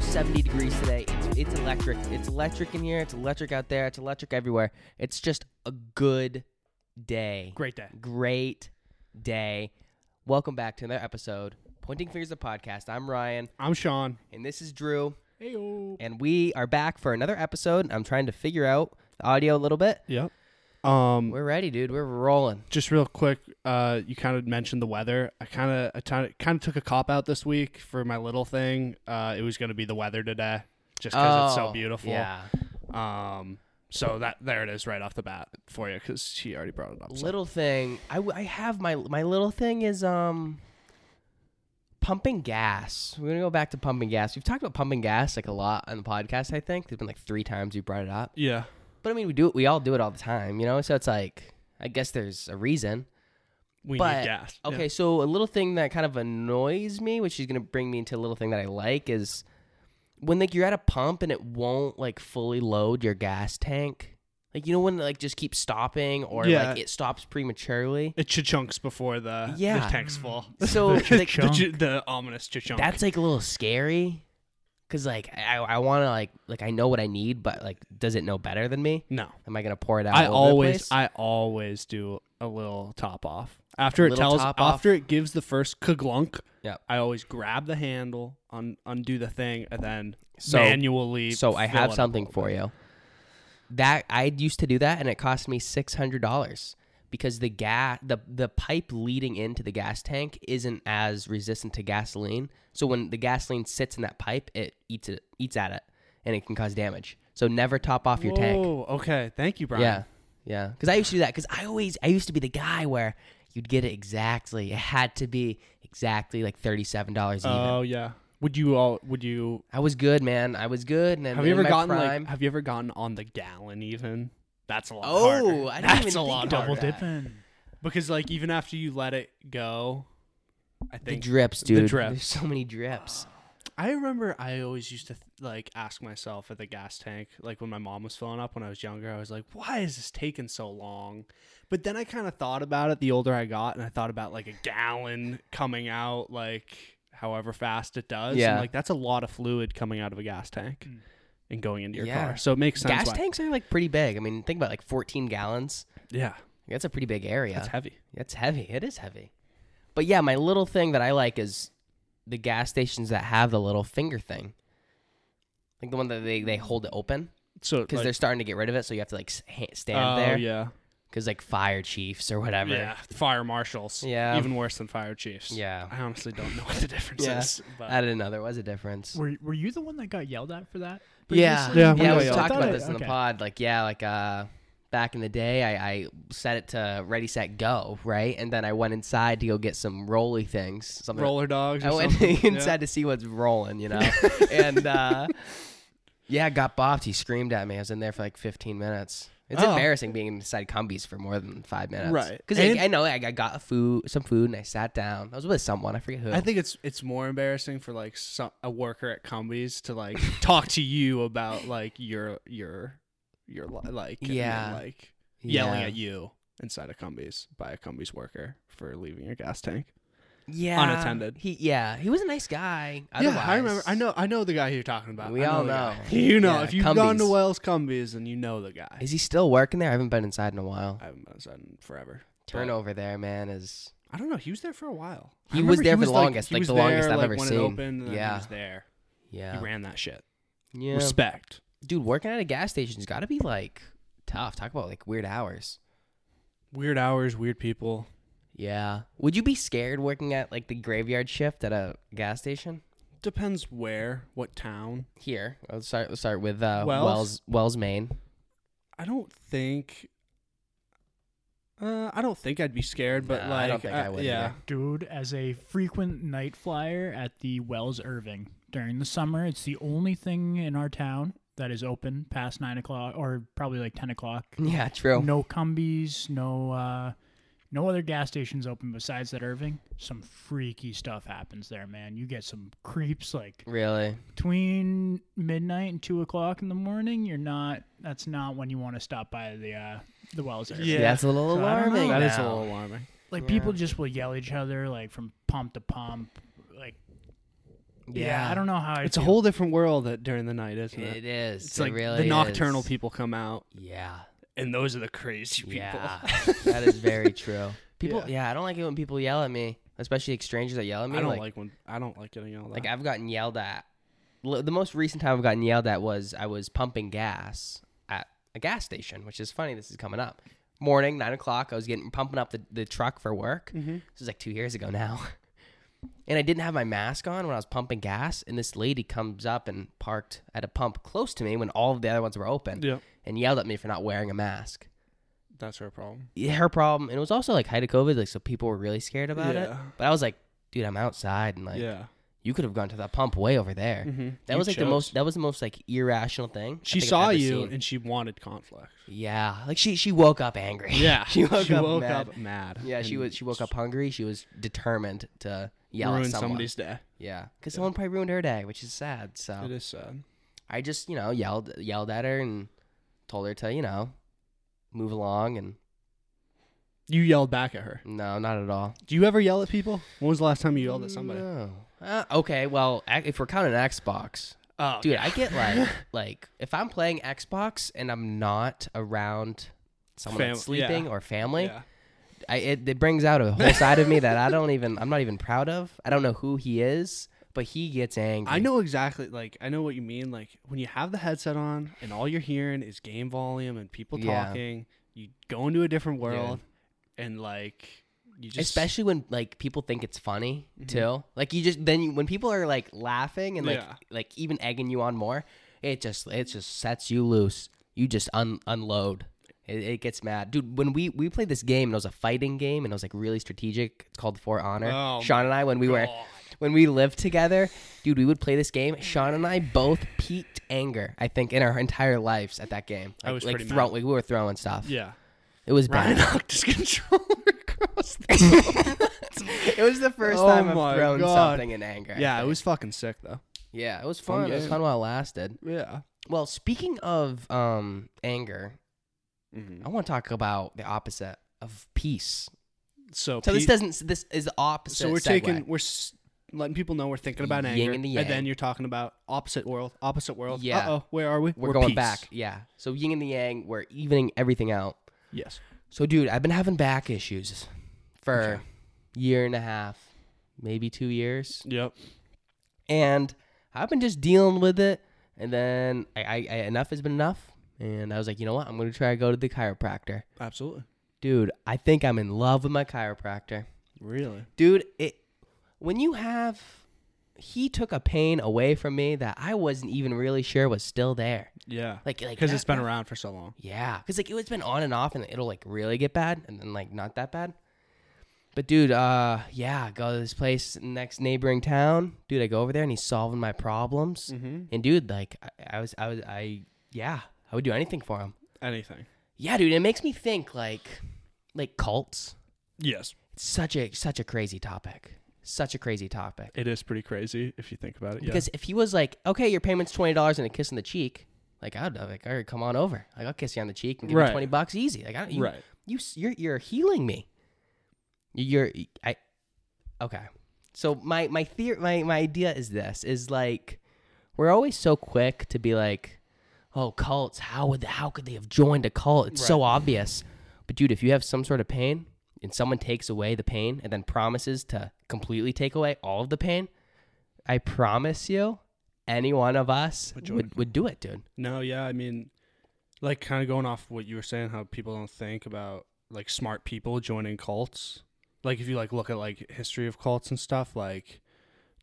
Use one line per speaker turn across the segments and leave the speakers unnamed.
70 degrees today. It's, it's electric. It's electric in here. It's electric out there. It's electric everywhere. It's just a good day.
Great day.
Great day. Welcome back to another episode. Pointing Fingers the podcast. I'm Ryan,
I'm Sean.
and this is Drew,
Hey,
and we are back for another episode. I'm trying to figure out the audio a little bit.
Yep. Um,
We're ready, dude. We're rolling.
just real quick, uh, you kind of mentioned the weather. I kind of, I kind of took a cop out this week for my little thing. Uh, it was going to be the weather today, just because it's so
Oh,
beautiful.
Yeah.
Um, so that there it is right off the bat for you, because she already brought it up. so.
Little thing. I, w- I have my my little thing is um pumping gas. We're gonna go back to pumping gas. We've talked about pumping gas like a lot on the podcast. I think there's been like three times we brought it up.
Yeah.
But I mean, we do it. We all do it all the time, you know. So it's like I guess there's a reason.
We
But-
need gas. Yeah.
Okay, so a little thing that kind of annoys me, which is going to bring me into a little thing that I like, is when like you're at a pump and it won't like fully load your gas tank. Like you know when it, like just keeps stopping or
Yeah.
like it stops prematurely.
It chunks before the
Yeah.
the tanks full.
So
the,
like,
ch- the ominous chunk.
that's like a little scary, cause like I I want to like like I know what I need, but like does it know better than me?
no.
Am I gonna pour it out?
I
all over the
always
place?
I always do a little top off. After it
Little
tells
top off.
after it gives the first kaglunk,
Yep.
I always grab the handle, un- undo the thing, and then
So-
manually
So I
fill
have
it up.
something for you. That I used to do that, and it cost me six hundred dollars because the gas the the pipe leading into the gas tank isn't as resistant to gasoline. So when the gasoline sits in that pipe, it eats it eats at it, and it can cause damage. So never top off your tank.
Oh, okay. Thank you, Brian.
Yeah, yeah. Because I used to do that. Because I always I used to be the guy where you'd get it exactly. It had to be exactly like thirty seven dollars even.
Oh yeah. Would you all would you
I was good, man. I was good. And
have you
in
ever
my
gotten
prime-
like have you ever gotten on the gallon even? That's a lot
Oh,
harder.
I didn't
That's
even
a
think
lot
about
harder.
Double
that.
dipping.
Because like even after you let it go, I
The
think
drips,
the
dude.
drips.
There's so many drips.
I remember I always used to th- like ask myself at the gas tank, like when my mom was filling up when I was younger, I was like, why is this taking so long? But then I kind of thought about it the older I got, and I thought about like a gallon coming out, like however fast it does.
Yeah.
And, like that's a lot of fluid coming out of a gas tank
Mm.
and going into your
Yeah.
car. So it makes sense.
Gas
why-
tanks are like pretty big. I mean, think about like 14 gallons.
Yeah.
That's a pretty big area.
That's heavy.
That's heavy. It is heavy. But yeah, my little thing that I like is the gas stations that have the little finger thing. Like the one that they, they hold it open
So
because
like,
they're starting to get rid of it. So you have to like s- ha- stand
oh,
there.
Yeah.
Because like fire chiefs or whatever.
Yeah. Fire marshals.
Yeah.
Even worse than fire chiefs.
Yeah.
I honestly don't know what the difference
Yeah.
is. But
I didn't know there was a difference.
Were, were you the one that got yelled at for that?
Yeah,
previously?
Yeah,
yeah.
we
We talked
got
I
about
thought
this
I-
in the
okay.
pod. Like, yeah, like uh, back in the day, I, I set it to ready, set, go, right, and then I went inside to go get some rolly things, something.
roller dogs. Or
I went
something. Yeah.
inside to see what's rolling, you know, and uh, yeah, I got bopped. He screamed at me. I was in there for like 15 minutes. It's
Oh.
embarrassing being inside Cumbies for more than five minutes,
Right.
Because
And-
I, know I I got a food, some food, and I sat down. I was with someone. I forget who.
I think it's it's more embarrassing for like so a worker at Cumbies to like talk to you about like your your your li- like and then,
Yeah.
like yelling
Yeah.
at you inside a Cumbies by a Cumbies worker for leaving your gas tank.
yeah,
unattended.
He yeah, he was a nice guy.
Yeah, I remember. I
otherwise.
know. I know the guy who you're talking about.
We
I
all
the guy.
know.
You know,
Yeah,
if you've gone to
Cumbies.
Wells Cumbies and you know the guy.
Is he still working there? I haven't been inside in a while.
I haven't been inside in forever. but-
Turnover there, man, is
I don't know. He was there for a while. I
He
remember
was there for the
like-
longest,
he
like
was
the longest
there,
I've
like,
ever
when
seen.
It opened, and then
Yeah.
he was there.
yeah,
He ran that shit.
yeah.
Respect.
Dude, working at a gas station's got to be like tough. Talk about like weird hours.
Weird hours, weird people.
Yeah. Would you be scared working at like the graveyard shift at a gas station?
Depends where, what town.
Here, let's start. Let's start with uh, Wells.
Wells?
Wells, Maine.
I don't think. Uh, I don't think I'd be scared, but
Nah,
like,
I don't think
uh,
I would
yeah,
Dude, as a frequent night flyer at the Wells Irving during the summer, it's the only thing in our town that is open past 9 o'clock or probably like 10 o'clock.
Yeah, true.
No Cumbies, no, uh, no other gas stations open besides that Irving. Some freaky stuff happens there, man. You get some creeps like
Really?
between midnight and two o'clock in the morning, you're not. That's not when you want to stop by the uh, the wells. area.
Yeah.
that's a little
So I don't
alarming.
know.
that is a
now.
little alarming.
like
Yeah.
people just will yell each other like from pump to pump. Like Yeah, I don't know how I
It's a
feel.
whole different world that during the night, isn't it?
It is.
It's
it
like
really
the nocturnal
is.
people come out,
Yeah.
and those are the crazy people.
Yeah. that is very true. People.
Yeah.
Yeah. I don't like it when people yell at me, especially like strangers that yell at me.
I don't like, when I don't like getting all that.
Like I've gotten yelled at. L- The most recent time I've gotten yelled at was I was pumping gas at a gas station, which is funny. This is coming up. Morning, nine o'clock. I was getting pumping up the, the truck for work.
Mm-hmm.
This is like two years ago now, and I didn't have my mask on when I was pumping gas. And this lady comes up and parked at a pump close to me when all of the other ones were open,
yeah,
and yelled at me for not wearing a mask.
that's our problem.
Her problem, and it was also like height of COVID, like so people were really scared about it.
Yeah.
But I was like, dude, I'm outside, and like
yeah,
you could have gone to that pump way over there.
Mhm.
That
You
was like
chose.
the most. That was the most like irrational thing. I
She
think I've
saw
ever
you
seen.
and she wanted conflict.
Yeah, like she she woke up angry.
Yeah,
she woke up mad.
mad.
Yeah, she
and
was. She woke up hungry. She was determined to yell
ruined
at someone.
somebody's day.
yeah, because someone probably ruined her day, which is sad.
It
So
is sad.
I just you know yelled yelled at her and told her to you know move along and
You yelled back at her.
no, not at all.
Do you ever yell at people? When was the last time you yelled at somebody?
No. Uh, okay, well, ac- if we're counting Xbox,
Oh,
dude i get like like if i'm playing xbox and i'm not around someone that's
Fam- yeah.
sleeping or family I, it, it brings out a whole side of me that i don't even i'm not even proud of i don't know who he is but he gets angry
I know exactly. Like I know what you mean. Like when you have the headset on and all you're hearing is game volume and people
Yeah.
talking, you go into a different world, and like you just Mm-hmm.
especially when like people think it's funny too like you just then you, when people are like laughing and like
Yeah.
like even egging you on more it just it just sets you loose you just un- unload it, it gets mad dude when we we played this game and it was a fighting game and it was like really strategic it's called for honor
Oh
sean and i when we were when we lived together dude we would play this game sean and i both peaked anger i think in our entire lives at that game
I
like,
was
like
pretty
throw-
mad.
like, we were throwing stuff
Yeah,
it was
Ryan
bad
knocked his controller across the
it was the first
Oh
time
my
i've thrown
God.
something in anger I
Yeah, it
think.
was fucking sick though.
Yeah, it was
Fun
fun. It was
game.
fun while it lasted.
Yeah.
Well, speaking of um anger,
Mm-hmm.
I want to talk about the opposite of peace.
So
So this
Pete-
doesn't. This is the opposite.
so we're
segue.
taking we're s- letting people know we're thinking about
Yin
anger,
and the
then
yang.
you're talking about opposite world, opposite world.
Yeah.
Uh-oh, where are we?
We're, going
peace.
back. Yeah. So yin and the yang. We're evening everything out.
Yes.
So, dude, I've been having back issues for
Okay.
year and a half, maybe two years,
Yep.
and I've been just dealing with it. And then I, I, I enough has been enough, and I was like, you know what? I'm gonna try to go to the chiropractor.
Absolutely.
Dude, I think I'm in love with my chiropractor.
Really.
dude it when you have he took a pain away from me that i wasn't even really sure was still there
Yeah.
like like
Because
that-
it's been around for so long.
yeah because like it's been on and off and it'll like really get bad and then like not that bad but dude uh yeah go to this place next neighboring town dude i go over there and he's solving my problems
Mm-hmm.
and dude like I, I was i was i yeah i would do anything for him
Anything.
yeah dude it makes me think like like cults
Yes.
it's such a such a crazy topic such a crazy topic
It is pretty crazy if you think about it.
Because if he was like, okay, your payment's twenty dollars and a kiss on the cheek, like I'd be like, all right, come on over. Like I'll kiss you on the cheek and give
Right.
you twenty bucks easy. Like I don't,
yeah.
you,
right.
you, you're you're healing me. You're I, okay. So my my theory, my my idea is this: is like we're always so quick to be like, oh, cults. How would how could they have joined a cult? It's so obvious. But dude, if you have some sort of pain and someone takes away the pain and then promises to completely take away all of the pain, I promise you, any one of us
Would join
would, would do it, dude.
No, yeah, I mean, like kind of going off what you were saying, how people don't think about like smart people joining cults. Like if you like look at like history of cults and stuff, like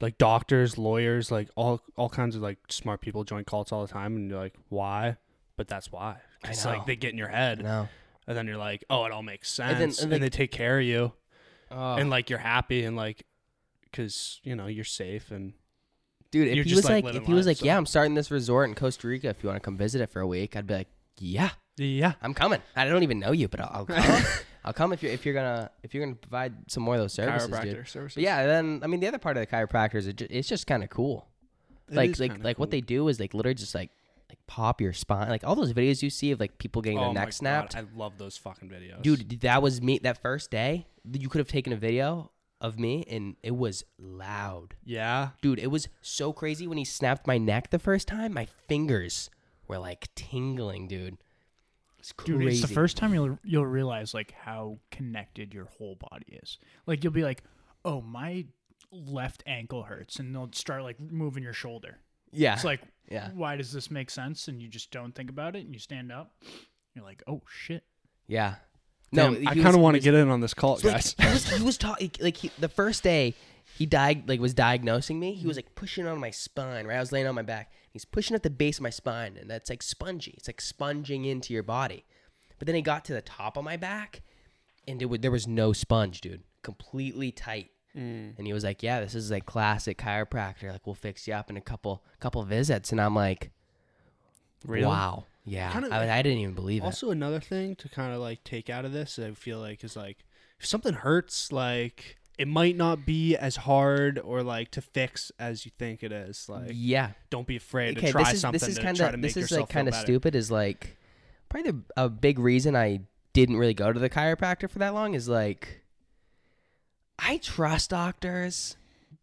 like doctors, lawyers, like all all kinds of like smart people join cults all the time, and you're like, why? But that's why.
I
It's
know.
like they get in your head,
No.
and then you're like, oh, it all makes sense,
then-
and,
and, like-
they take care of you,
Oh.
and like you're happy, and like because you know you're safe, and
Dude, if
You're
he
just,
was
like,
like,
living
if he was
life,
like, yeah,
so-
I'm starting this resort in Costa Rica. If you want to come visit it for a week, I'd be like, yeah,
yeah,
I'm coming. I don't even know you, but I'll, I'll come. I'll come if you're if you're gonna if you're gonna provide some more of those services, dude.
chiropractor services.
But yeah, then I mean the other part of the chiropractor is it ju- it's just kind of cool.
It
like
is
like
kinda
like what
cool.
they do is like literally just like like pop your spine. Like all those videos you see of like people getting
Oh
their
my
neck
God,
snapped.
I love those fucking videos,
Dude, that was me that first day. You could have taken a video of me, and it was loud.
Yeah.
Dude, it was so crazy when he snapped my neck the first time. My fingers were like tingling, dude. It's crazy.
Dude, it's the first time you'll you'll realize like how connected your whole body is. Like you'll be like, "Oh, my left ankle hurts," and they'll start like moving your shoulder.
Yeah.
It's like,
yeah.
why does this make sense? And you just don't think about it, and you stand up. You're like, "Oh shit!"
Yeah.
No,
he
I
was-
kind of
he
want to
was-
get in on this cult,
like,
guys.
he was, he was talking like he, the first day he diag like was diagnosing me. He was like pushing on my spine. Right, I was laying on my back. He's pushing at the base of my spine, and that's like spongy. It's like sponging into your body. But then he got to the top of my back, and it wa- there was no sponge, dude. Completely tight.
Mm.
And he was like, "Yeah, this is like classic chiropractor. Like we'll fix you up in a couple couple visits." And I'm like, "Wow, yeah."
Kinda
I,
like-
I didn't even believe it.
Also, another thing to kind of like take out of this, I feel like, is like if something hurts, like it might not be as hard or like to fix as you think it is. Like,
Yeah,
don't be afraid
okay,
to try
this is
something
this is
to
kind
try to
of
make
this is
yourself
like
feel
kind of
better.
stupid. Is like probably the, a big reason I didn't really go to the chiropractor for that long is like I trust doctors,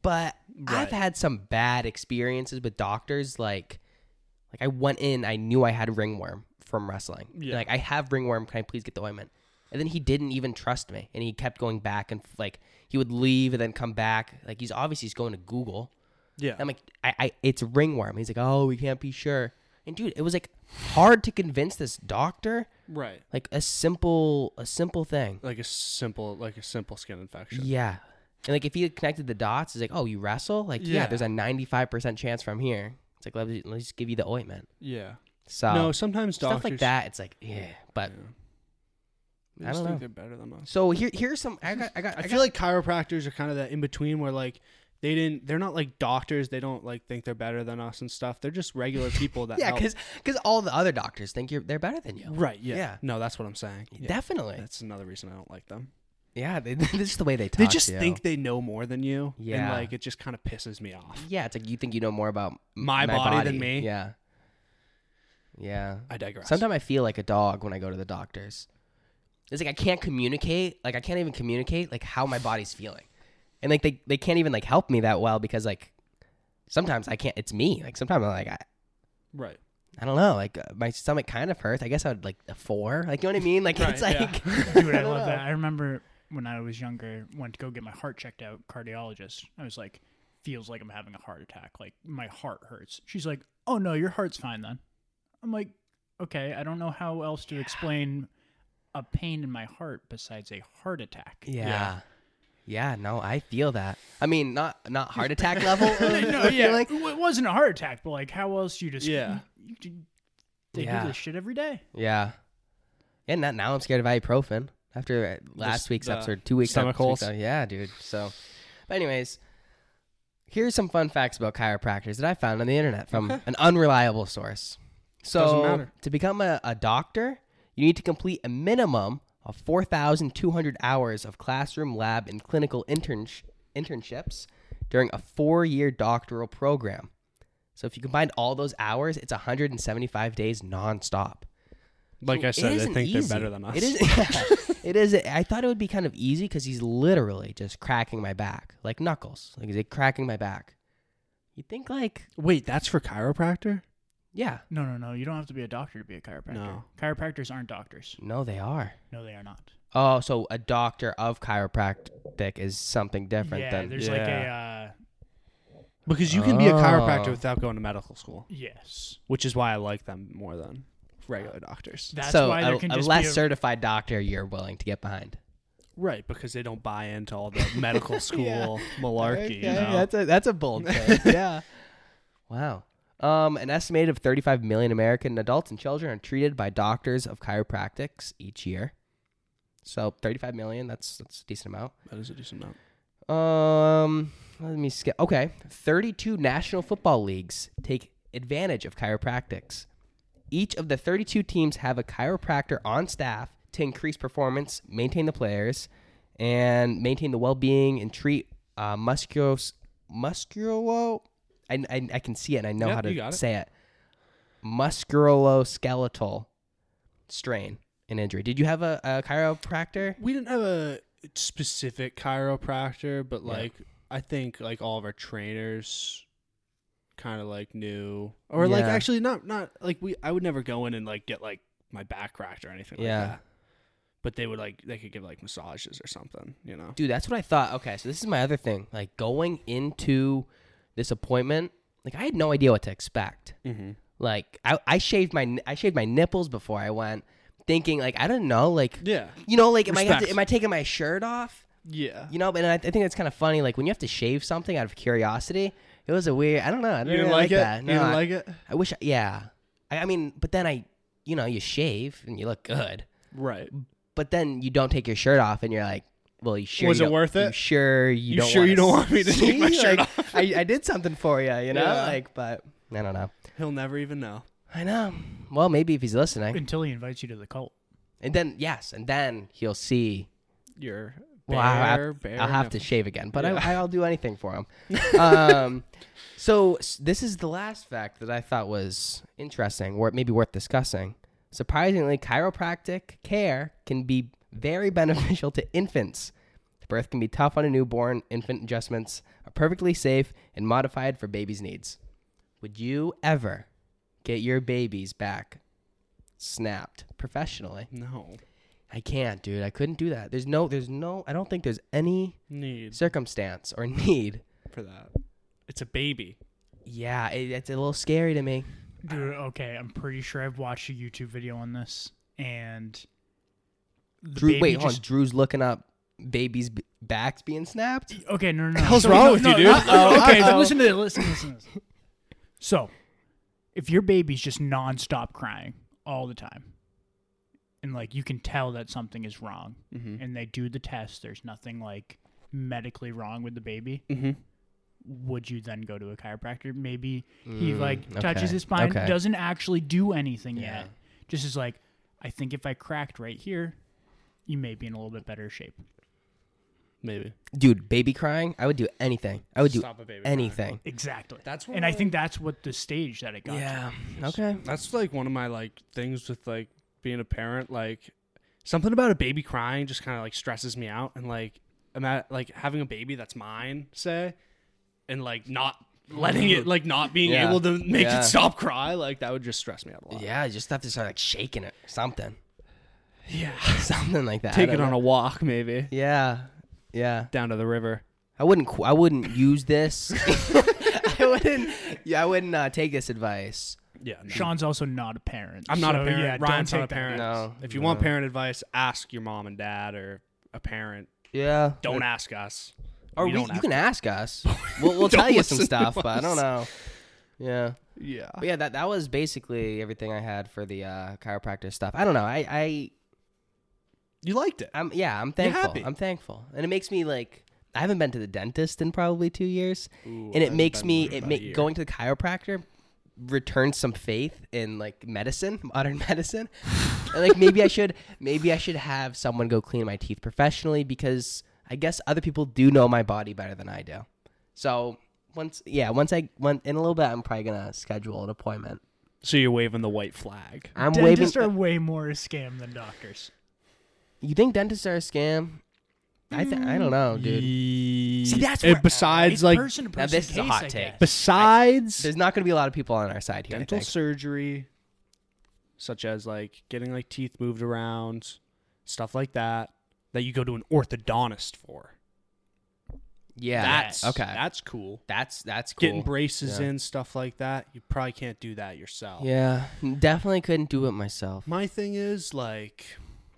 but
Right.
I've had some bad experiences with doctors. Like, like I went in, I knew I had ringworm from wrestling.
Yeah.
Like I have ringworm. Can I please get the ointment? And then he didn't even trust me, and he kept going back and like he would leave and then come back. Like he's obviously he's going to Google.
Yeah.
I'm like, I, I, it's ringworm. He's like, oh, we can't be sure. And dude, it was like hard to convince this doctor,
right.
like a simple, a simple thing.
Like a simple, like a simple skin infection.
Yeah. And like, if he had connected the dots, he's like, oh, you wrestle? Like, yeah,
Yeah.
there's a 95% chance from here. It's like, let me, let's just give you the ointment.
Yeah.
So
no, sometimes
stuff
doctors
like that, it's like, yeah. But
They
I
just
don't
think
know.
they're better than us.
so here, here's some, I got, I got,
I, feel like chiropractors are kind of that in between where like they didn't they're not like doctors they don't like think they're better than us and stuff they're just regular people that
yeah,
help.
because, because all the other doctors think you're, they're better than you.
right yeah.
Yeah.
no that's what i'm saying Yeah.
Definitely.
that's another reason i don't like them
yeah. They, this is the way they talk.
they just
to you.
think they know more than you and
Yeah.
like it just kind of pisses me off
Yeah, it's like you think you know more about m-
My body than me.
Yeah. Yeah.
i digress
Sometimes I feel like a dog when I go to the doctors. It's like I can't communicate, like I can't even communicate like how my body's feeling. And like they, they can't even like help me that well because like sometimes I can't it's me. Like sometimes I'm like I,
right
I don't know, like uh, my stomach kind of hurts. I guess I would like a 4. Like you know what I mean? Like it's
Right,
like
Dude, I,
don't
love
know.
that. I remember when I was younger, went to go get my heart checked out, cardiologist. I was like, feels like I'm having a heart attack. Like my heart hurts. She's like, oh no, your heart's fine then. I'm like, okay, I don't know how else to explain a pain in my heart besides a heart attack.
Yeah. yeah. no, I feel that. I mean, not not heart attack level. of
no, yeah,
feeling.
it wasn't a heart attack, but like, how else you just
Yeah.
you- you- they
Yeah.
do this shit every day.
Yeah. And that now I'm scared of ibuprofen after uh, last week's
the
episode, two weeks
stomach
episode,
holes.
so- Yeah, dude. So, but anyways, here's some fun facts about chiropractors that I found on the internet from an unreliable source.
Doesn't
So
matter.
to become a, a doctor, you need to complete a minimum of 4,200 hours of classroom, lab, and clinical intern- internships during a four-year doctoral program. So if you combine all those hours, it's 175 days nonstop.
like i
It
said i
isn't
think
easy.
they're better than us
It is. yeah. it is. I thought it would be kind of easy because he's literally just cracking my back, like knuckles. Like he's like cracking my back. You think like
wait that's for chiropractor
yeah?
No, no, no. You don't have to be a doctor to be a chiropractor.
No.
Chiropractors aren't doctors.
No, they are.
No, they are not.
Oh, so a doctor of chiropractic is something different
yeah,
than
there's like a uh,
because you can be a chiropractor
Oh.
without going to medical school
yes.
which is why i like them more than regular doctors
That's
so
why there
a,
can
a
just
less
be a,
certified doctor you're willing to get behind.
Right, because they don't buy into all the medical school malarkey. you know?
that's a that's a bold thing. yeah. Wow. Um, an estimated of 35 million American adults and children are treated by doctors of chiropractics each year. So 35 million, that's that's a decent amount.
that is a decent amount.
Um, let me skip. Okay, 32 national football leagues take advantage of chiropractics. Each of the 32 teams have a chiropractor on staff to increase performance, maintain the players, and maintain the well-being and treat uh, musculos musculo. I, I, I can see it and I know
Yeah,
how
you got
to
it.
say it. Musculoskeletal strain and injury. Did you have a, a chiropractor?
We didn't have a specific chiropractor, but
Yeah.
like I think like all of our trainers kind of like knew or like
Yeah.
actually not not like we I would never go in and like get like my back cracked or anything
Yeah.
like that. But they would like they could give like massages or something, you know.
Dude, that's what I thought. Okay, so this is my other thing. Like going into this appointment, like I had no idea what to expect.
Mm-hmm.
Like I, I shaved my I shaved my nipples before I went, thinking like I don't know, like
Yeah.
you know, like am I have to,
Respect.
am I taking my shirt off?
Yeah.
You know, but I, I think that's kind of funny. Like when you have to shave something out of curiosity, it was a weird. I don't know. I don't
You didn't
really
like,
like,
it?
that.
You
No,
didn't
I,
like it?
I wish. I, yeah, I, I mean, but then I, you know, you shave and you look good,
Right.
but then you don't take your shirt off and you're like, well, you sure
Was
you
it
don't-
worth
You
it?
sure you,
You
don't?
sure
wanna
you don't want me to
see?
take my shirt
Like,
off?
I, I did something for you, you know,
Yeah.
like, but I don't know.
He'll never even know.
I know. Well, maybe if he's listening,
until he invites you to the cult.
and then yes, and then he'll see.
Your
Well, I'll
bare, bare
I'll have
nipple.
to shave again, but
Yeah.
I, I'll do anything for him. um, so s- this is the last fact that I thought was interesting, or maybe worth discussing. Surprisingly, chiropractic care can be very beneficial to infants. Birth can be tough on a newborn. Infant adjustments are perfectly safe and modified for babies' needs. Would you ever get your baby's back snapped professionally?
No.
I can't, dude. I couldn't do that. There's no, there's no, I don't think there's any
Need
circumstance or need.
for that. It's a baby.
Yeah, it, it's a little scary to me.
Dude, okay, I'm pretty sure I've watched a YouTube video on this, and the
Drew,
baby
wait, hold on.
just-
Drew's looking up babies' b- backs being snapped.
Okay, no, no, no.
hell's wrong with you, dude?
not-
Uh-oh,
okay,
uh-oh.
listen to this. Listen, listen, listen. So, if your baby's just nonstop crying all the time, and like you can tell that something is wrong,
Mm-hmm.
and they do the test, there's nothing like medically wrong with the baby.
Mm-hmm.
Would you then go to a chiropractor? Maybe he like touches
Mm, okay,
his spine,
okay.
doesn't actually do anything
Yeah.
yet. Just is like, I think if I cracked right here, you may be in a little bit better shape.
Maybe.
Dude, baby crying. I would do anything. I would do
Stop a baby crying.
anything.
Exactly.
That's
and I think that's what the stage that it got. to.
Yeah.
It's-
Okay.
that's like one of my like things with like being a parent. Like something about a baby crying just kind of like stresses me out. And like I'm at like having a baby that's mine, say, and like not letting it like not being
Yeah.
able to make
Yeah.
it stop cry. Like that would just stress me out a lot.
Yeah, you just have to start like shaking it, or something,
Yeah.
something like that. I
Take
don't
it on
know.
a walk, maybe
Yeah. Yeah.
down to the river.
I wouldn't. qu- I wouldn't use this. I wouldn't. Yeah, I wouldn't uh, take this advice.
Yeah.
Sean's also not a parent.
I'm not
so,
a parent.
Yeah,
Ryan's
don't
not a
take that.
parent.
No,
if you
no.
want parent advice, ask your mom and dad or a parent.
Yeah.
Don't ask us.
Or
We
we,
don't
you
have
can ask us. We'll, we'll
Don't
tell you some
listen to
stuff, but I don't know. Yeah.
Yeah.
But yeah, that that was basically everything I had for the uh, chiropractor stuff. I don't know. I I
You liked it.
I'm yeah. I'm thankful.
happy.
I'm thankful, and it makes me like I haven't been to the dentist in probably two years,
Ooh,
and
I
it
haven't
makes
been
me
in
it
about a
make
year.
going to the chiropractor returns some faith in like medicine, modern medicine. and like maybe I should maybe I should have someone go clean my teeth professionally because I guess other people do know my body better than I do. So once yeah, once I went in a little bit, I'm probably gonna schedule an appointment.
So you're waving the white flag.
I'm waving.
Dentists are way more a scam than doctors.
You think dentists are a scam? I th- I don't know, Oh, dude.
See,
that's
and
where-
besides like
person to
Now, this is a hot take.
besides
There's not gonna be a lot of people on our side here. I
dental
think.
surgery, such as like getting like teeth moved around, stuff like that, that you go to an orthodontist for.
Yeah.
That's
okay.
That's cool.
that's that's cool.
Getting braces
Yeah.
in, stuff like that. You probably can't do that yourself.
Yeah, definitely couldn't do it myself.
My thing is like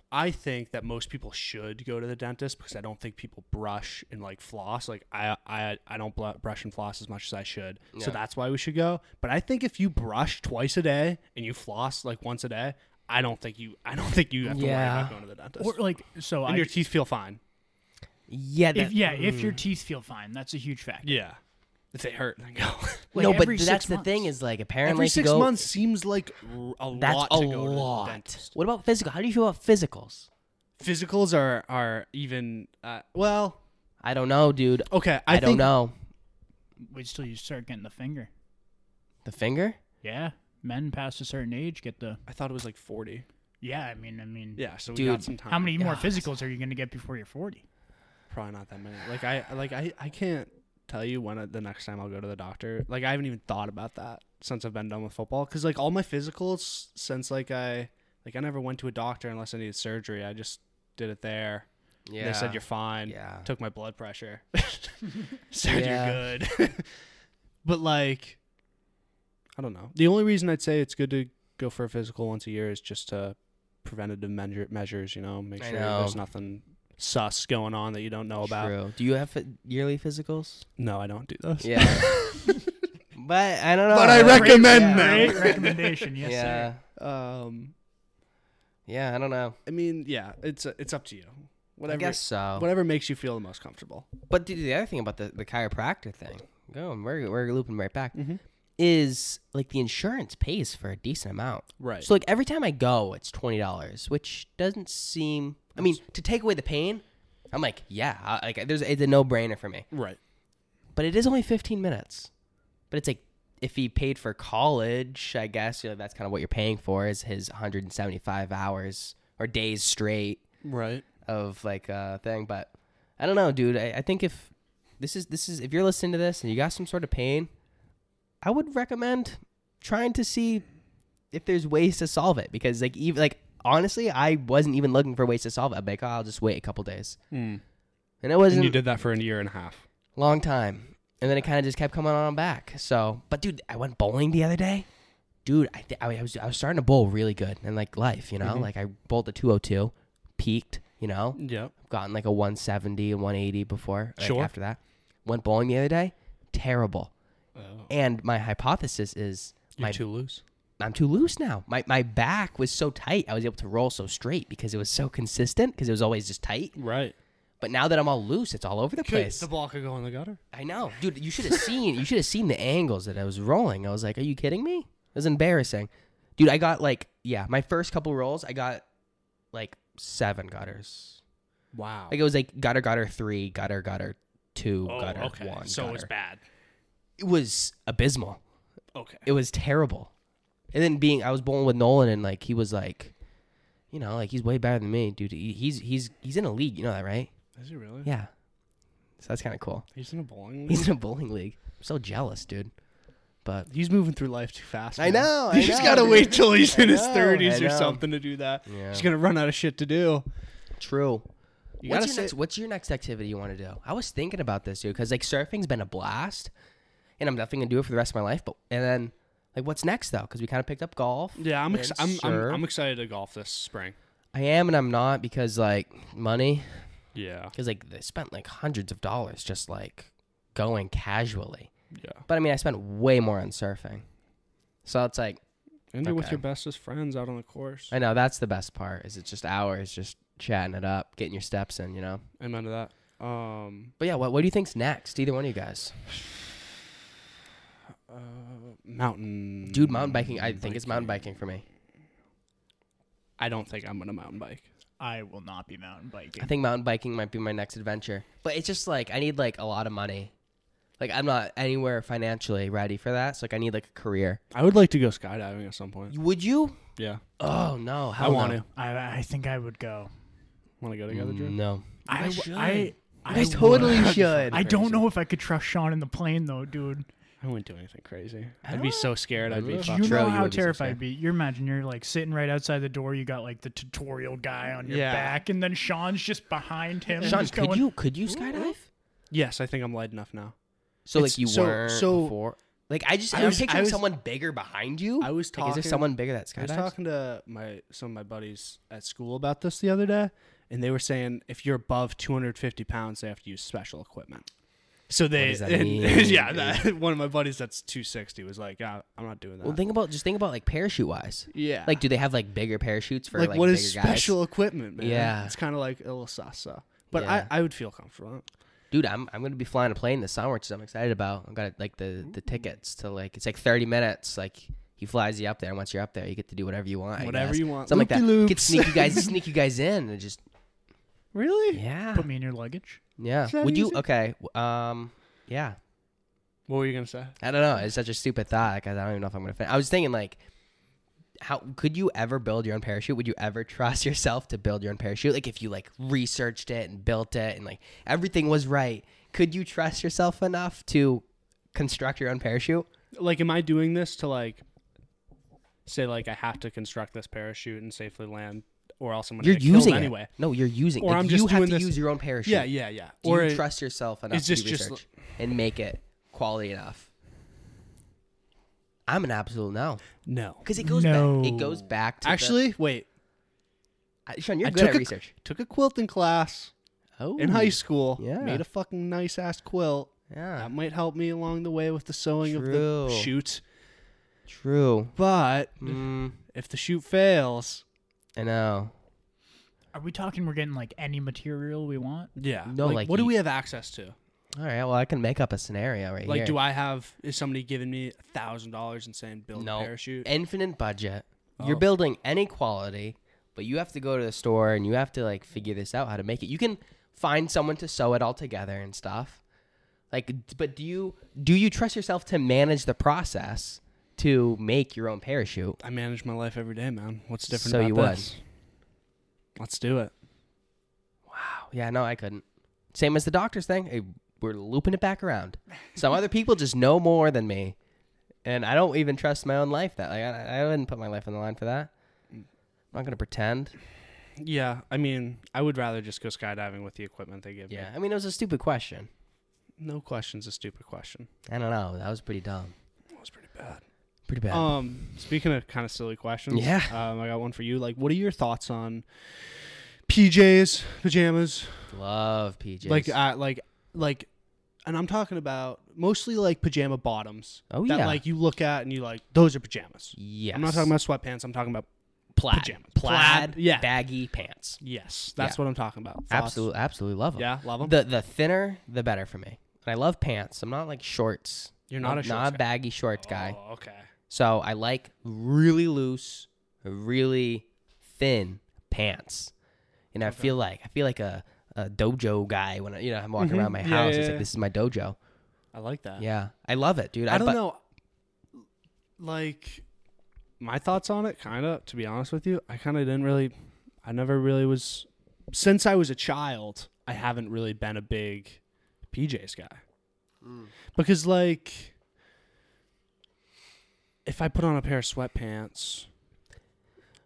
I think that most people should go to the dentist because I don't think people brush and like floss. Like I I I don't bl- brush and floss as much as I should.
Yeah.
So that's why we should go. But I think if you brush twice a day and you floss like once a day, I don't think you I don't think you have to worry
Yeah.
about going to the dentist.
Or like so
and
I
your teeth feel fine.
Yeah. That,
if, yeah, if
Mm.
your teeth feel fine, that's a huge fact.
Yeah. If they hurt, then go.
Like,
no, but
every six
that's the thing
months.
is like apparently
Every
to
six
go-
months seems like r- a
That's
lot
a
to go to the
lot.
dentist.
What about physical? How do you feel about physicals?
Physicals are are even uh, well,
I don't know, dude.
okay,
I,
I,
don't
think
know.
wait till you start getting the finger.
The finger?
Yeah, men past a certain age get the.
I thought it was like 40.
Yeah, I mean, I mean,
Yeah, so we
Dude,
got some time.
how many more
God.
physicals are you going to get before you're 40?
probably not that many. Like I like I I can't tell you when uh, the next time I'll go to the doctor. Like I haven't even thought about that since I've been done with football cuz like all my physicals since like I like I never went to a doctor unless I needed surgery. I just did it there.
Yeah.
They said you're fine.
Yeah.
Took my blood pressure. said
Yeah.
you're good. but like I don't know. The only reason I'd say it's good to go for a physical once a year is just to preventative measure- measures, you know, make
I
sure
know.
there's nothing sus going on that you don't know about.
True. Do you have fi- yearly physicals?
No, I don't do those.
Yeah. but I don't know.
But I
That's-
recommend
yeah.
them.
Great recommendation. Yes,
yeah.
sir.
Um
Yeah, I don't know.
I mean, yeah, it's it's up to you. Whatever
I guess so.
whatever makes you feel the most comfortable.
But dude, the other thing about the, the chiropractor thing, go and we're, we're looping right back,
Mhm.
is like the insurance pays for a decent amount.
Right.
So like every time I go, it's twenty dollars, which doesn't seem. I mean, to take away the pain, I'm like, yeah, I, like there's it's a no brainer for me.
right.
But it is only fifteen minutes. But it's like if he paid for college, I guess you know, that's kind of what you're paying for is his 175 hours or days straight
Right.
of like uh thing but i don't know dude I, I think if this is this is if you're listening to this and you got some sort of pain i would recommend trying to see if there's ways to solve it because like even like honestly i wasn't even looking for ways to solve it i'm like oh, i'll just wait a couple days and it
Hmm. And
wasn't
you did that for a year and a half.
a long time and then it kind of just kept coming on back so but dude i went bowling the other day dude i, th- I was i was starting to bowl really good and like life you know
Mhm.
like i bowled a 202 peaked you know
Yep.
gotten like a 170 and 180 before like,
Sure.
after that went bowling the other day terrible and my hypothesis is
You're
my,
Oh. too loose.
i'm too loose now my, my back was so tight i was able to roll so straight because it was so consistent because it was always just tight
Right.
but now that i'm all loose it's all over the place
The ball could go in the gutter.
i know dude you should have seen you should have seen the angles that i was rolling i was like are you kidding me it was embarrassing dude i got like yeah my first couple rolls i got like seven gutters
Wow.
Like it was like gutter gutter three, gutter gutter two,
oh,
gutter
okay.
one.
so it's
gutter.
bad.
It was abysmal.
Okay.
It was terrible. And then being, I was bowling with Nolan, and like he was like, you know, like he's way better than me, dude. He, he's he's he's in a league, you know that, right?
Is he really?
Yeah. So that's kind of cool.
He's in a bowling league.
He's in a bowling league. I'm so jealous, dude. But
He's moving through life too fast.
I
man.
know, I
He's
know,
gotta
dude.
wait till he's
I
in his
know,
thirties
I
or
know.
something to do that.
Yeah.
He's gonna run out of shit to do.
true.
You
what's
gotta
your
say,
next, what's your next activity you want to do? I was thinking about this, dude, because like surfing's been a blast, and I'm definitely gonna do it for the rest of my life. But and then like, what's next though? Because we kind of picked up golf.
yeah, I'm,
and
ex- I'm, I'm
surf.
I'm excited to golf this spring.
I am and I'm not because like money,
Yeah,
because like they spent like hundreds of dollars just like going casually.
yeah.
But I mean, I spent way more on surfing, so it's like
And you're with
Okay.
your bestest friends out on the course.
I know that's the best part. Is it's just hours just chatting it up, getting your steps in, you know.
Amen to that. Um,
But yeah, what what do you think's next? Either one of you guys,
uh, mountain.
dude. Mountain biking, I think it's mountain biking for me.
I don't think I'm gonna mountain bike.
I will not be mountain biking.
I think mountain biking might be my next adventure. But it's just like I need like a lot of money. Like I'm not anywhere financially ready for that. So like I need like a career.
I would like to go skydiving at some point.
Would you?
Yeah,
Oh no,
I want to.
I, I think I would go.
Want to go together, Drew?
No.
I
guys
w-
should.
I,
You
I
guys
would.
totally should.
I don't know if I could trust Sean in the plane though, dude.
I wouldn't do anything crazy.
I
I'd be
don't-
so scared. I'd be
Would
Do
Fuck
fucked.
you
True,
know
you
how
would be so
terrified
scared.
I'd be? You imagine you're like sitting right outside the door. You got like the tutorial guy on your
Yeah.
back, and then Sean's just behind him.
Sean,
just
could
going,
you could you skydive?
Yes, I think I'm light enough now.
So
It's-
like you
so-
weren't
so-
before. Like I just
I
I was
was- I
picturing
was-
someone bigger behind you.
I was
Like, is
talking-
there someone bigger that
I was
skydives?
talking to my some of my buddies at school about this the other day, and they were saying if you're above 250 pounds, they have to use special equipment. So they,
does that
and-
mean,
yeah, that, one of my buddies that's 260 was like, yeah, I'm not doing that.
well, think about just think about like parachute wise.
yeah,
Like, do they have like bigger parachutes for like,
like, what is
bigger guys?
special equipment, man?
Yeah.
it's kind of like a little sasa. But
Yeah.
I, I would feel comfortable.
dude i'm, I'm gonna be flying a plane this summer which is i'm excited about i got like the the tickets to like it's like 30 minutes like he flies you up there and once you're up there you get to do whatever you want I
Whatever
guess.
you want.
something like that could
Loop-de-loops.
sneak you guys sneak you guys in and just
Really?
yeah
put me in your luggage?
yeah
Is that
would you
easy?
okay w- um yeah
What were you gonna say?
i don't know it's such a stupid thought 'cause i don't even know if i'm gonna finish i was thinking like how could you ever build your own parachute? Would you ever trust yourself to build your own parachute? Like if you like researched it and built it and like everything was right, could you trust yourself enough to construct your own parachute?
Like, am I doing this to like say like I have to construct this parachute and safely land, or else I'm gonna
You're
get killed
using it.
anyway?
No, you're using.
Or
like,
I'm
you
just
have
doing
to
this-
use your own parachute.
Yeah, yeah, yeah.
Do
or
you
it-
trust yourself enough
it's
to do
just- just
research and make it quality enough? I'm an absolute no
no.
because it goes
No.
back. It goes back to the-
Actually, wait.
Uh, Sean, you're
I
good
took
at
a-
research.
Took a quilting class
Oh,
in high school.
Yeah.
Made a fucking nice ass quilt.
Yeah,
That might help me along the way with the sewing of the
True.
chute.
true.
But
Mm,
if the chute fails,
I know.
Are we talking we're getting like any material we want?
yeah.
No, like,
what do
you-
we have access to?
All right. Well, I can make up a scenario right
Like,
here.
do I have? Is somebody giving me a thousand dollars and saying build
No.
a parachute?
Infinite budget. You're
Oh.
building any quality, but you have to go to the store and you have to like figure this out how to make it. You can find someone to sew it all together and stuff. Like, d- but do you do you trust yourself to manage the process to make your own parachute?
I manage my life every day, man. What's different
So
about
you would.
this? Let's do it.
Wow. Yeah. No, I couldn't. Same as the doctor's thing. Hey, we're looping it back around. Some other people just know more than me, and I don't even trust my own life. That like I, I wouldn't put my life on the line for that.
Mm.
I'm not gonna pretend.
Yeah, I mean, I would rather just go skydiving with the equipment they give
Yeah.
me.
I mean, it was a stupid question.
No question's a stupid question.
I don't know. That was pretty dumb.
That was pretty bad.
Pretty bad.
Um, speaking of kind of silly questions,
Yeah.
um, I got one for you. Like, what are your thoughts on PJs, pajamas?
Love PJs.
Like, uh, like, like, and I'm talking about mostly like pajama bottoms.
Oh,
that,
yeah.
like you look at and you like those are pajamas.
yes.
I'm not talking about sweatpants. I'm talking about
plaid.
pajamas.
Plaid,
Plaid, yeah.
baggy pants.
yes. That's what I'm talking about. Thoughts?
Absolutely, absolutely love them.
Yeah, love them.
The the thinner, the better for me. And I love pants. I'm not like shorts.
You're not
I'm
a shorts
not
guy.
a baggy shorts guy.
Oh, okay.
So I like really loose, really thin pants, and I feel like I feel like a, a dojo guy when I, you know I'm walking around my
Mm-hmm. Yeah,
house.
yeah,
it's
yeah.
like this is my dojo.
I like that.
Yeah, I love it, dude.
I don't
but-
know. Like my thoughts on it, kind of. To be honest with you, I kind of didn't really. I never really was. Since I was a child, I haven't really been a big PJs guy. Mm. Because like, if I put on a pair of sweatpants,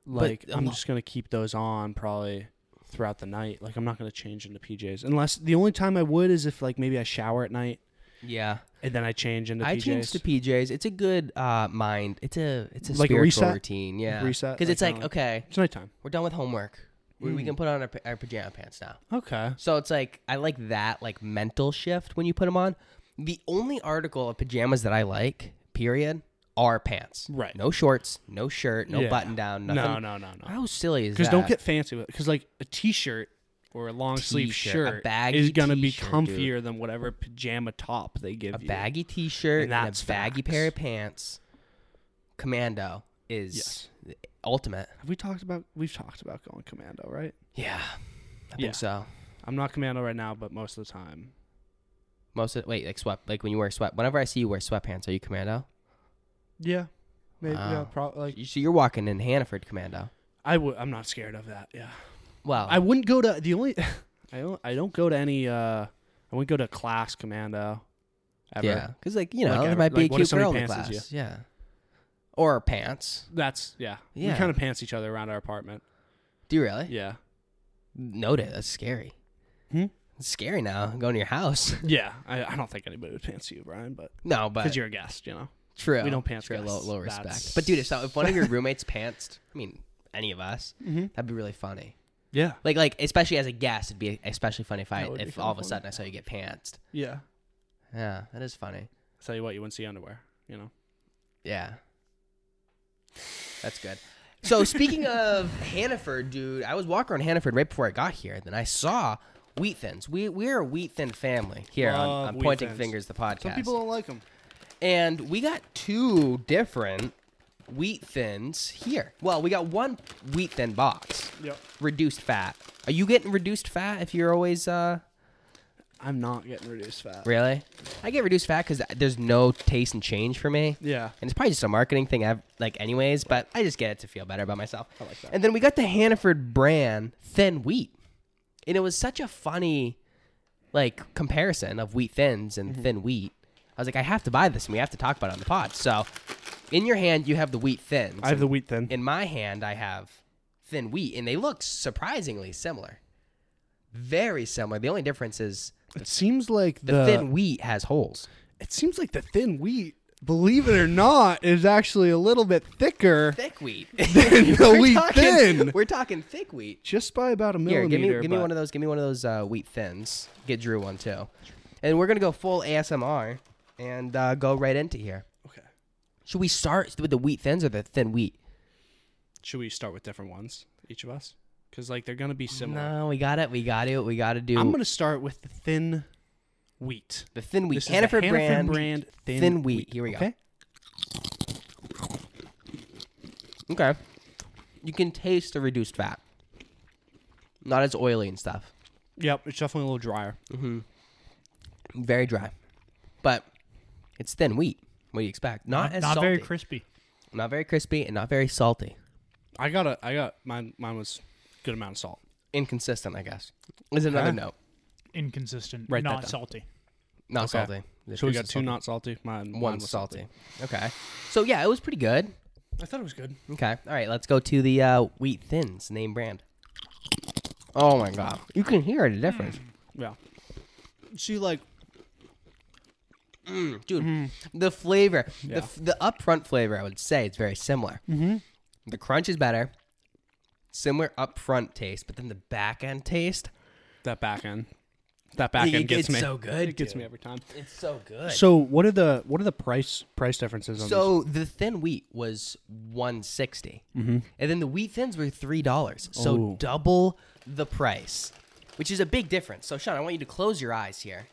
like
a
I'm
lo-
just gonna keep those on probably throughout the night. Like I'm not gonna change into PJs unless the only time I would is if like maybe I shower at night
Yeah,
and then I change into
I
PJs.
changed to PJs. It's a good uh, mind. It's a it's a
Like a
spiritual
reset?
routine. Yeah,
Reset,
Because
like
it's like
kinda like-
okay,
It's nighttime.
we're done with homework. We, we
Mm.
can put on our, pa- our pajama pants now.
Okay.
So it's like I like that like mental shift when you put them on. The only article of pajamas that I like, period, are pants.
Right.
No shorts, no shirt, no
Yeah.
button down, nothing.
No, no, no, no.
How silly is that?
Because don't get fancy with it. Because like a t-shirt or a long sleeve
T-shirt, a
shirt
baggy
is gonna be
t-shirt,
comfier
dude.
than whatever pajama top they give
a
you.
baggy t-shirt
And
and,
that's
a baggy
facts.
pair of pants. Commando is
Yes.
the ultimate.
Have we talked about? We've talked about going commando, right?
Yeah. I think
Yeah.
so.
I'm not commando right now, but most of the time.
Most of wait, like sweat like when you wear sweat whenever I see you wear sweatpants, are you commando?
Yeah. Maybe. Yeah.
Wow.
Probably. Like
You- So you're walking in Hannaford commando.
I would. I'm not scared of that. Yeah.
Well
I wouldn't go to the only. I don't. I don't go to any. uh I wouldn't go to class commando. Ever.
Yeah, because like you know,
Like,
there
ever-
might be
like,
a
what if
cute
somebody
girl in the
pantses
class. Yeah, or pants.
That's yeah. We
Yeah.
kind of pants each other around our apartment.
Do you really?
Yeah.
Note it. That's scary.
Hmm?
It's scary now. Going to your house.
Yeah, I, I don't think anybody would pants you, Brian, but
no, but
because you're a guest, you know.
true.
we don't pants
True. Low,
guys.
low respect.
That's-
But dude, if, so, if one of your roommates pantsed, I mean, any of us,
Mm-hmm.
that'd be really funny.
Yeah,
Like, like especially as a guest, it'd be especially funny if I
That would be
if
kinda
all of a
funny.
sudden I saw you get pantsed.
yeah.
Yeah, that is funny.
Tell you what, you wouldn't see underwear, you know.
Yeah. That's good. So speaking of Hannaford, dude, I was walking around Hannaford right before I got here, and then I saw Wheat Thins. We we're a Wheat Thin family here
Love
on, on
Wheat
Pointing
Thins.
Fingers, the podcast.
Some people don't like them.
and we got two different Wheat Thins here. Well, we got one Wheat Thin box,
Yep.
reduced fat. Are you getting reduced fat if you're always uh
I'm not getting reduced fat.
Really? I get reduced fat because there's no taste and change for me.
Yeah.
And it's probably just a marketing thing, I've, like, anyways, but I just get it to feel better about myself.
I like that.
And then we got the Hannaford brand thin wheat. And it was such a funny like comparison of wheat thins and
Mm-hmm.
thin wheat. I was like, I have to buy this and we have to talk about it on the pod. So in your hand you have the wheat thins.
I have the wheat thin.
in my hand I have thin wheat and they look surprisingly similar. Very similar. The only difference is
It seems like the,
the thin wheat has holes.
It seems like the thin wheat, believe it or not, is actually a little bit thicker
Thick wheat.
the wheat
talking,
thin.
We're talking thick wheat.
just by about a
Here,
millimeter.
give me give me
but-
one of those. Give me one of those uh, wheat thins. Get Drew one too, and we're gonna go full ASMR and uh, go right into here.
Okay.
Should we start with the wheat thins or the thin wheat?
Should we start with different ones, each of us? Because like they're gonna be similar.
No, we got it. We got it. We got to do
I'm gonna start with the thin wheat.
the thin wheat.
This is the Hannaford brand,
thin,
thin,
wheat. Here we go.
Okay.
Okay. You can taste the reduced fat. Not as oily and stuff.
Yep, it's definitely a little drier.
Very dry, but it's thin wheat. What do you expect? Not,
Not,
as
not
salty.
very crispy.
not very crispy and not very salty.
I got a, I got mine. Mine was good amount of salt.
Inconsistent, I guess. Is another
Huh?
note.
Inconsistent.
Write that
not
down.
salty.
Not
Okay.
salty. The
So we
juice
got
is
two
salty.
not salty. Mine
one
mine was
salty. Okay. So yeah, it was pretty good.
I thought it was good.
Okay. All right, let's go to the uh, wheat thins name brand. Oh my god, you can hear the difference,
Yeah. See, like
dude. The flavor, the
Mm-hmm. Yeah.
f- the upfront flavor, I would say it's very similar. Mm-hmm. The crunch is better, similar upfront taste, but then the back end taste,
that back end. That back
it-
end gets
it's
me.
so good.
it gets
dude.
me every time.
It's so good.
So what are the what are the price price differences on these? Mm-hmm.
So the thin wheat was one and then the wheat thins were three dollars. So
Ooh.
double the price, which is a big difference. So Sean, I want you to close your eyes here,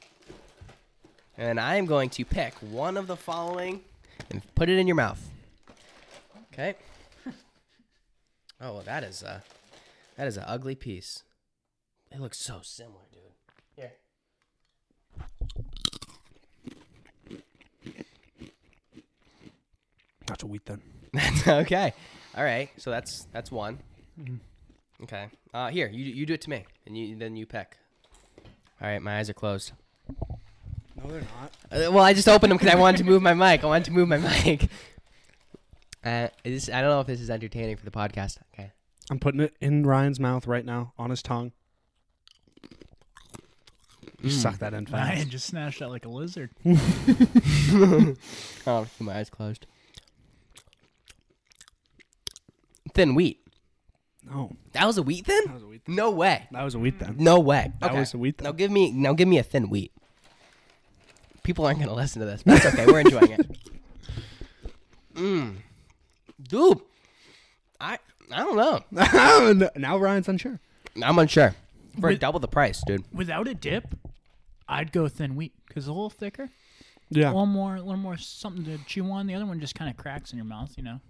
and I am going to pick one of the following and put it in your mouth. Okay. Oh, well, that is a that is an ugly piece. It looks so similar, dude. Here.
That's a wheat then.
That's okay. All right. So that's that's one.
Mm-hmm.
Okay. Uh, here, you you do it to me, and you then you pick. All right, my eyes are closed.
No, they're not.
Uh, well, I just opened them because I wanted to move my mic. I wanted to move my mic. Uh, is this, I don't know if this is entertaining for the podcast. Okay.
I'm putting it in Ryan's mouth right now on his tongue. You suck that in fast.
Ryan just snatched that like a lizard.
Oh, my eyes closed. Thin wheat.
No,
That was a wheat thin?
that was a wheat. Then.
No way.
That was a wheat then.
No way.
That was a wheat,
Now
though.
give me now give me a thin wheat. People aren't gonna listen to this, but it's okay. We're enjoying it. Mmm, dude, I I don't know.
now Ryan's unsure.
I'm unsure. For
With-
double the price, dude.
Without a dip, I'd go thin wheat because a little thicker,
Yeah.
a little more, a little more something to chew on. The other one just kind of cracks in your mouth, you know.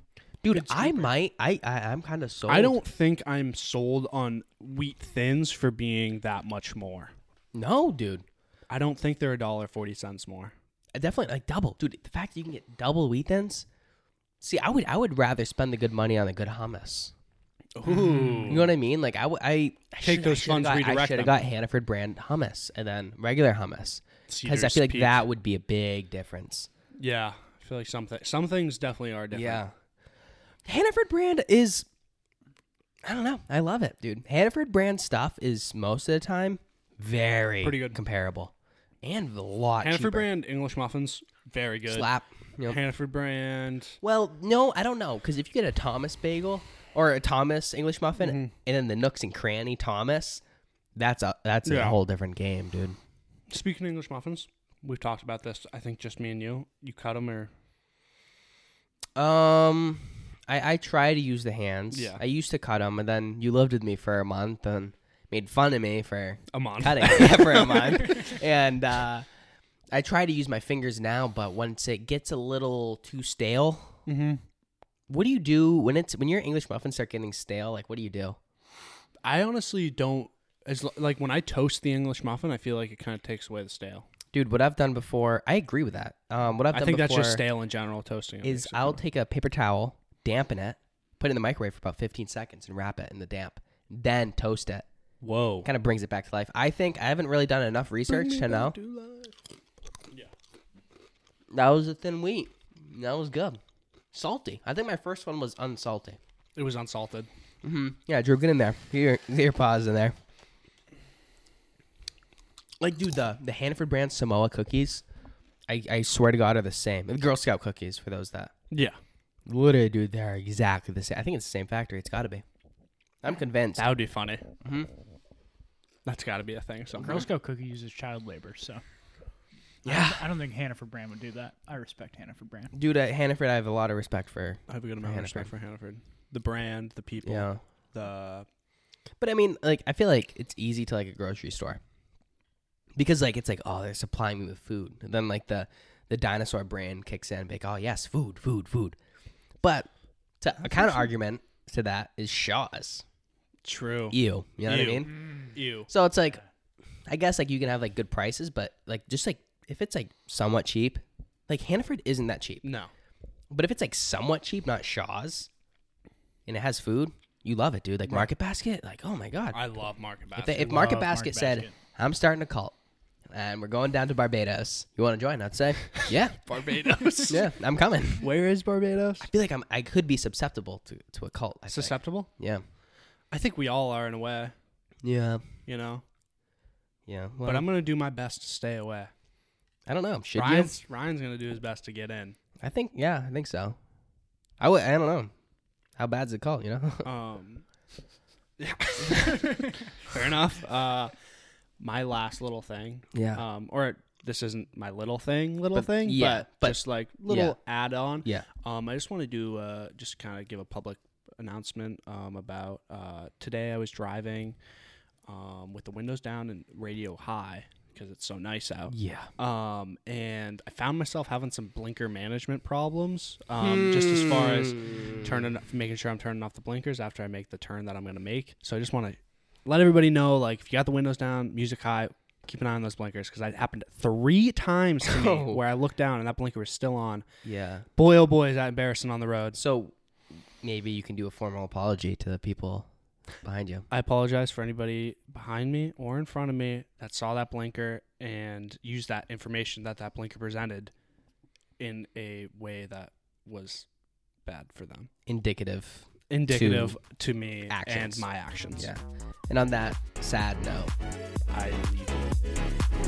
Dude,
Good
I
sleeper.
might. I, I I'm kind of sold.
I don't think I'm sold on wheat thins for being that much more.
No, dude.
I don't think they're a dollar forty cents more.
I definitely like double, dude. The fact that you can get double wheat thins. See, I would I would rather spend the good money on the good hummus. You
Ooh.
know what I mean? Like I, w- I, I
Take those funds,
got, I
redirect
should have
them.
got Hannaford brand hummus and then regular hummus because I feel like that would be a big difference.
Yeah. I feel like something some things definitely are different.
Hannaford brand is, I don't know, I love it, dude. Hannaford brand stuff is most of the time very
Pretty good.
comparable and a lot
Hannaford
cheaper.
brand English muffins, very good.
slap. you know.
Hannaford brand.
Well, no, I don't know because if you get a Thomas bagel or a Thomas English muffin
Mm-hmm.
and then the Nooks and Cranny Thomas, that's a that's a
Yeah.
whole different game, dude.
Speaking of English muffins, we've talked about this. I think just me and you. You cut them or
Um, I I try to use the hands.
Yeah.
I used to cut them, and then you lived with me for a month and made fun of me for
a month.
cutting for a month, and uh, I try to use my fingers now. But once it gets a little too stale,
Mm-hmm.
what do you do when it's when your English muffins start getting stale? Like, what do you do?
I honestly don't As l- like when I toast the English muffin, I feel like it kind of takes away the stale.
dude. What I've done before, I agree with that. Um, what I've
I
done
think that's
before
just stale in general. Toasting it
is
makes it
I'll
good.
take a paper towel, dampen it, put it in the microwave for about 15 seconds, and wrap it in the damp. Then toast it.
whoa.
Kind of brings it back to life. I think I haven't really done enough research to know. That was a thin wheat. That was good. Salty. I think my first one was unsalty.
It was unsalted.
hmm Yeah, Drew, get in there. Get your, get your paws in there. Like, dude, the, Uh, the Hannaford brand Samoa cookies, I, I swear to God, are the same. The Girl Scout cookies, for those that.
Yeah,
Literally, dude, they're exactly the same. I think it's the same factory. It's got to be. I'm convinced.
that would be funny.
Mhm.
That's got to be a thing. Somewhere.
Girl Scout cookie uses child labor, so
Yeah.
I don't think Hannaford Brand would do that. I respect Hannaford Brand.
Dude, at Hannaford, I have a lot of respect for.
I have a good amount of respect for Hannaford. The brand, the people,
Yeah.
the
But I mean, like, I feel like it's easy to like a grocery store because like it's like oh they're supplying me with food, and then like the the dinosaur brand kicks in, like oh yes, food, food, food. But to, a counter argument to that is Shaw's.
true.
Ew, you know what I
Ew.
mean?
Ew.
So it's like, I guess like you can have like good prices, but like just like if it's like somewhat cheap, like Hannaford isn't that cheap.
No.
But if it's like somewhat cheap, not Shaw's, and it has food, you love it, dude. Like Market Basket, like oh my god,
I love Market Basket.
if, they- if Market
love
Basket
Market
said,
Basket.
"I'm starting a cult, and we're going down to Barbados. You want to join?" I'd say, "Yeah,
Barbados.
yeah, I'm coming." I
Where is Barbados?
feel like I'm, I could be susceptible to, to a cult. I think.
Susceptible?
yeah,
I think we all are in a way,
yeah,
you know.
yeah.
But I'm gonna do my best to stay away.
I don't know. Should you?
Ryan's Ryan's gonna do his best to get in.
I think yeah, I think so. I would. I don't know. How bad's a cult? You know?
Um, fair enough. Uh, my last little thing,
yeah.
um, or this isn't my little thing, little
But-
thing,
yeah,
but,
but-
just like little
yeah.
add-on.
yeah.
Um, I just want to do uh, just kind of give a public announcement um, about uh, today. I was driving um, with the windows down and radio high because it's so nice out.
Yeah.
Um, and I found myself having some blinker management problems. Um, just as far
Hmm.
as
Mm.
turning, making sure I'm turning off the blinkers after I make the turn that I'm going to make. So I just want to let everybody know, like, if you got the windows down, music high, keep an eye on those blinkers because that happened three times to me
Oh.
where I looked down and that blinker was still on.
Hmm. Yeah.
Boy, oh boy, is that embarrassing on the roads.
So maybe you can do a formal apology to the people behind you.
I apologize for anybody behind me or in front of me that saw that blinker and used that information that that blinker presented in a way that was bad for them.
Indicative.
Indicative to, me
actions.
and my actions.
Yeah. And on that sad note.
I leave you.